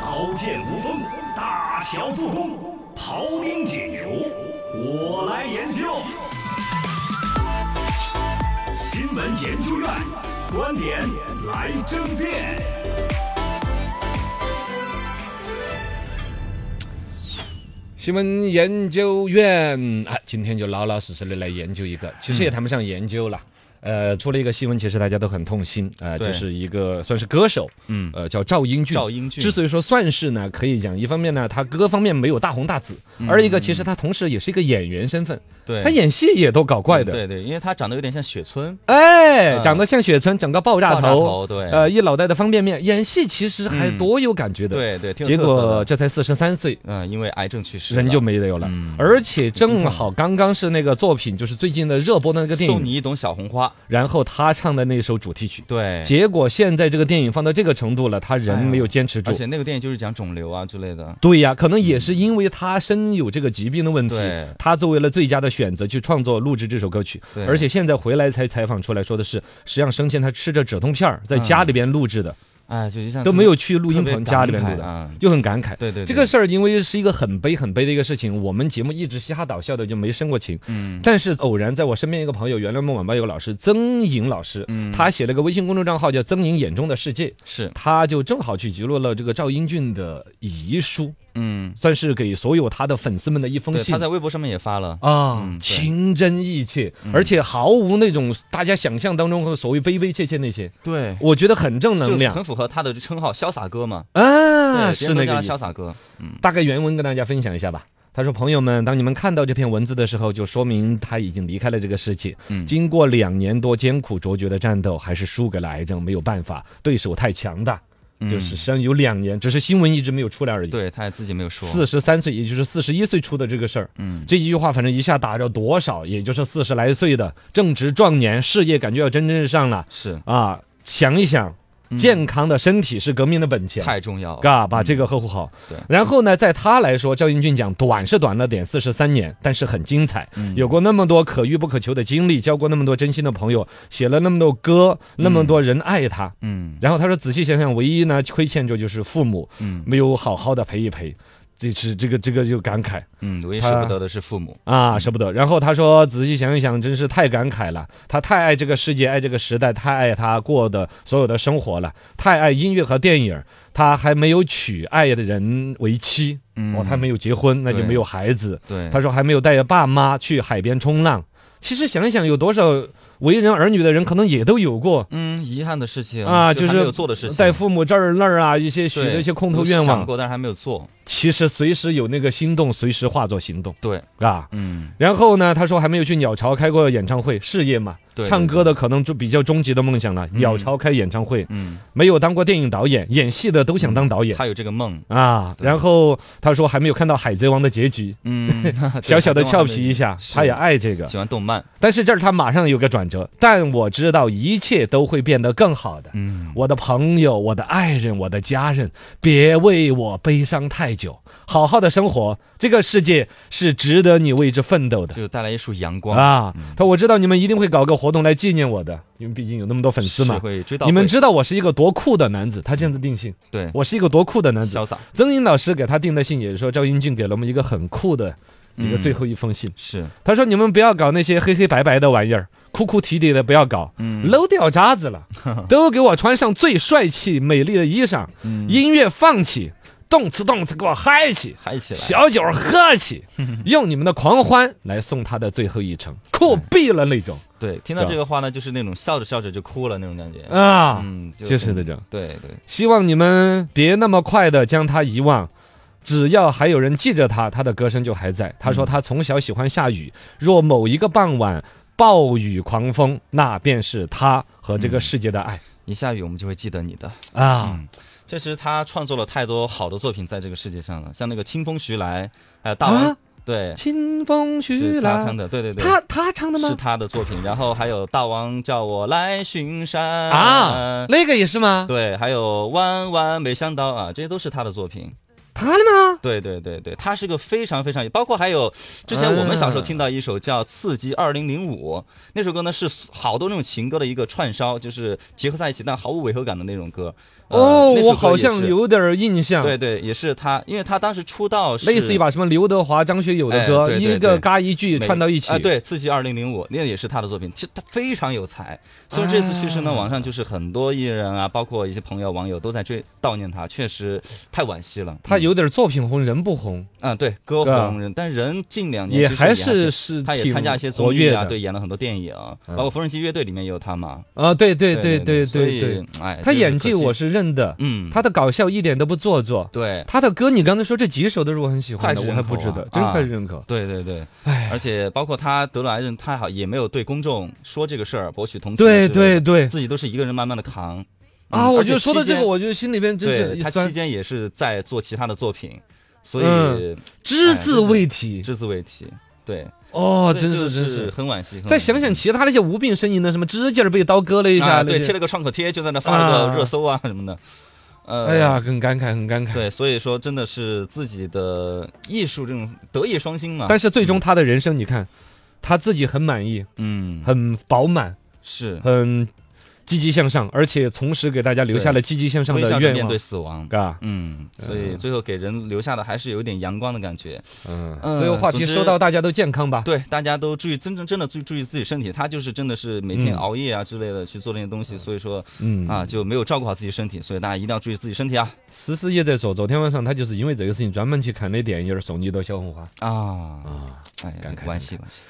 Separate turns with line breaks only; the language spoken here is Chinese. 刀剑无锋，大乔复工，庖丁解牛，我来研究。新闻研究院观点来争辩。
新闻研究院啊，今天就老老实实的来研究一个，其
嗯
实也谈不上研究了。呃，出了一个新闻，其实大家都很痛心啊、呃
对
就是一个算是歌手，
嗯
呃，叫赵英俊。
赵英俊
之所以说算是呢，可以讲一方面呢，他歌方面没有大红大紫，而一个其实他同时也是一个演员身份，
嗯对，
他演戏也都搞怪的。
对对，因为他长得有点像雪村，
哎，
嗯
长得像雪村，整个爆炸
爆炸
头，
头对
呃，一脑袋的方便面，演戏其实还
嗯
多有感觉的。
对对，挺有
结
特色
果
的
这才四十三岁，
嗯，因为癌症去世了，
人就没有了。
嗯
而且正好刚刚是那个作品，就是最近的热播的那个电
送
影，
你一朵小红花，
然后他唱的那首主题曲。
对，
结果现在这个电影放到这个程度了，他人没有坚持住
哎而。且那个电影就是讲肿瘤啊之类的，
对呀、可能也是因为他身有这个疾病的问题
对，
他作为了最佳的选择去创作录制这首歌曲，
对
而且现在回来才采访出来说的是，实际上生前他吃着止痛片儿在家里边录制的，
哎，就像
都没有去录音
特别
棚家里边
感
录
慨
的，
啊
就很感慨。
对对，
这
对
个事儿，因为是一个很悲很悲的一个事情，我们节目一直嘻哈搞笑的，就没生过情。
嗯
但是偶然在我身边一个朋友，原来我们晚班有个老师曾颖老师，
嗯
他写了个微信公众账号叫“曾颖眼中的世界
是”，
他就正好去记录了这个赵英俊的遗书，
嗯，
算是给所有他的粉丝们的一封
对，
信
他。在微博上面也发了，
啊
嗯，对嗯
情真意切，而且毫无那种大家想象当中和所谓悲悲切切那些，
对，
我觉得很正
就
能
是
量
很符合他的称号“潇洒哥”嘛，
啊，
对
是
别人
那
都
个
叫
意
他潇
思。
洒哥，嗯，
大概原文跟大家分享一下吧。他说：“朋友们，当你们看到这篇文字的时候，就说明他已经离开了这个世界。
嗯
经过两年多艰苦卓绝的战斗，还是输给了癌症，没有办法，对手太强大。就是实际上有两年，只是新闻一直没有出来而已。
嗯对，他也自己没有说，
四十三岁，也就是四十一岁出的这个事儿，
嗯，
这一句话反正一下打着多少，也就是四十来岁的正值壮年，事业感觉要蒸蒸日上了
是
啊！想一想，
嗯
健康的身体是革命的本钱。”
太重要了，
嘎，把这个呵护好。
嗯对
然后呢，在他来说，赵英俊讲短是短了点，四十三年，但是很精彩，
嗯
有过那么多可遇不可求的经历，交过那么多真心的朋友，写了那么多歌，那么多人爱他。
嗯
然后他说，仔细想想，唯一呢亏欠着就是父母
嗯
没有好好的陪一陪，这是这个这个就感慨。
嗯，唯一舍不得的是父母，
啊，舍不得。然后他说：“仔细想一想，真是太感慨了。他太爱这个世界，爱这个时代，太爱他过的所有的生活了，太爱音乐和电影儿。他还没有娶爱的人为妻，
嗯
哦，他没有结婚，那就
对
没有孩子。
对，
他说还没有带着爸妈去海边冲浪。其实想一想，有多少为人儿女的人，可能也都有过
嗯，遗憾的事情
啊，
就
就
还
是
没有做的事情，
带父母这儿那儿啊，一些许
对
的一些空头
有
愿
想
望。
过，但是还没有做，
其实随时有那个心动，随时化作行动，
对，
啊。”
嗯，
然后呢，他说还没有去鸟巢开过演唱会，事业嘛，
对
唱歌的可能就比较终极的梦想了。鸟巢开演唱会，
嗯，
没有当过电影导演，演戏的都想当导演。
他有这个梦，
啊，
对
然后他说还没有看到《海贼王》的结局，
嗯，对
小小的
他
俏
这么
皮一下，
是
他也爱这个。
喜欢动漫，
但是这儿他马上有个转折，但我知道一切都会变得更好的。
嗯，
我的朋友，我的爱人，我的家人，别为我悲伤太久，好好的生活，这个世界是值得你为之奋斗的。
就带来一束阳光，嗯
啊，他我知道你们一定会搞个活动来纪念我的，因为毕竟有那么多粉丝
是
嘛。
会追悼会，
你们知道我是一个多酷的男子，他这样子定性，
对，
我是一个多酷的男子。
潇洒
曾颖老师给他定的信也是说，赵英俊给了我们一个很酷的一个
嗯
最后一封信，
是，
他说你们不要搞那些黑黑白白的玩意儿，哭哭啼啼的不要搞，
嗯
搂掉渣子 了，都给我穿上最帅气美丽的衣裳，
嗯
音乐放起，动次动次给我嗨起，
嗨起来，
小酒喝 起，用你们的狂欢来送他的最后一程，酷毙了那种
对，听到这个话呢，就是那种笑着笑着就哭了那种感觉，
啊！
嗯，就
就是
很
那种，
对对，
希望你们别那么快的将他遗忘。只要还有人记着他，他的歌声就还在。
嗯
他说他从小喜欢下雨，若某一个傍晚暴雨狂风，那便是他和这个世界的爱
一下雨我们就会记得你的。嗯
啊！
确实，他创作了太多好的作品在这个世界上了，像那个《清风徐来》，还有《大王》
啊
对，
清风徐
是他
来
唱，的，对对对，
他他唱的
是
吗？
他的作品。然后还有《大王叫我来巡山》呃
啊，那个也是吗？
对，还有《万万没想到》啊，这些都是他的作品。
他的吗？
对对对对，它是个非常非常，包括还有之前我们小时候听到一首叫《刺激二零零五》，那首歌呢是好多那种情歌的一个串烧，就是结合在一起，但毫无违和感的那种歌。呃
哦，
那首歌
我好
也
像
是
有点儿印象。
对对，也是他，因为他当时出道是
类似于把什么刘德华、张学友的
哎
歌，
对对
一个
对
嘎一句
美
串到一起。
啊，对，《刺激二零零五》那也是他的作品，其实他非常有才。所以这次去世
啊
呢，网上就是很多艺人啊，包括一些朋友、网友都在追悼念他，确实太惋惜了。
他
嗯
有点作品红人不红，
啊，对，歌
对啊
红人，但人近两年
也
其实
还
挺
是是
他也
挺
参加一些
活
综
跃
艺
的
啊，对，演了很多电影，包括缝纫机乐队里面也有他嘛。
啊，对对
对
对
所
对
以
对，，
哎，
他
真是
演
可
技
惜
我是认的，
嗯，哎
他的搞笑一点都不做作，
对
他的歌你刚才说这几首都是我很喜欢的，
脍炙
我
人
还不
口
知
啊
道，真
啊
脍炙人口。
对对对
唉，
而且包括他得了癌症，他好也没有对公众说这个事儿，博取同情啊之类
对对
的，
对
自己都是一个人慢慢的扛。
啊，
嗯
我
而
觉
且
得说到
期
这个，
间
我觉得心里边真是
对
一
他
酸
期，间也是在做其他的作品，所以
嗯只字
哎真是
未提
只字未提。对，
哦，
所以
真
这
是
个
真
是
是。
嗯很惋惜。很
再
惋
想
惜
想其他那些无病呻吟的，什么指甲儿被刀割了一下，
啊，
那
对，
些
贴了个创可贴，就在那发了
啊
个热搜啊什么的。呃，
哎呀，很感慨，很感慨。
对，所以说真的是自己的艺术这种德艺双馨嘛。
但是最终他的人生，你看，他自己很满意，
嗯，
很饱满，
是
很积极向上，而且同时给大家留下了积极向上
微笑
的
着
愿
面
望
对，死亡。
嘎，
嗯，所以
嗯
最后给人留下的还是有一点阳光的感觉。
嗯。
嗯
最后话题
总之
说到大家都健康吧，
对，大家都注意，真正真的注注意自己身体。他就是真的是每天
嗯
熬夜啊之类的去做那些东西，所以说
嗯
啊就没有照顾好自己身体，所以大家一定要注意自己身体啊
思思也在说，昨天晚上他就是因为这个事情专门去看的电影《送你一朵小红花》。
啊！哎呀，
感慨
惋惜惋惜。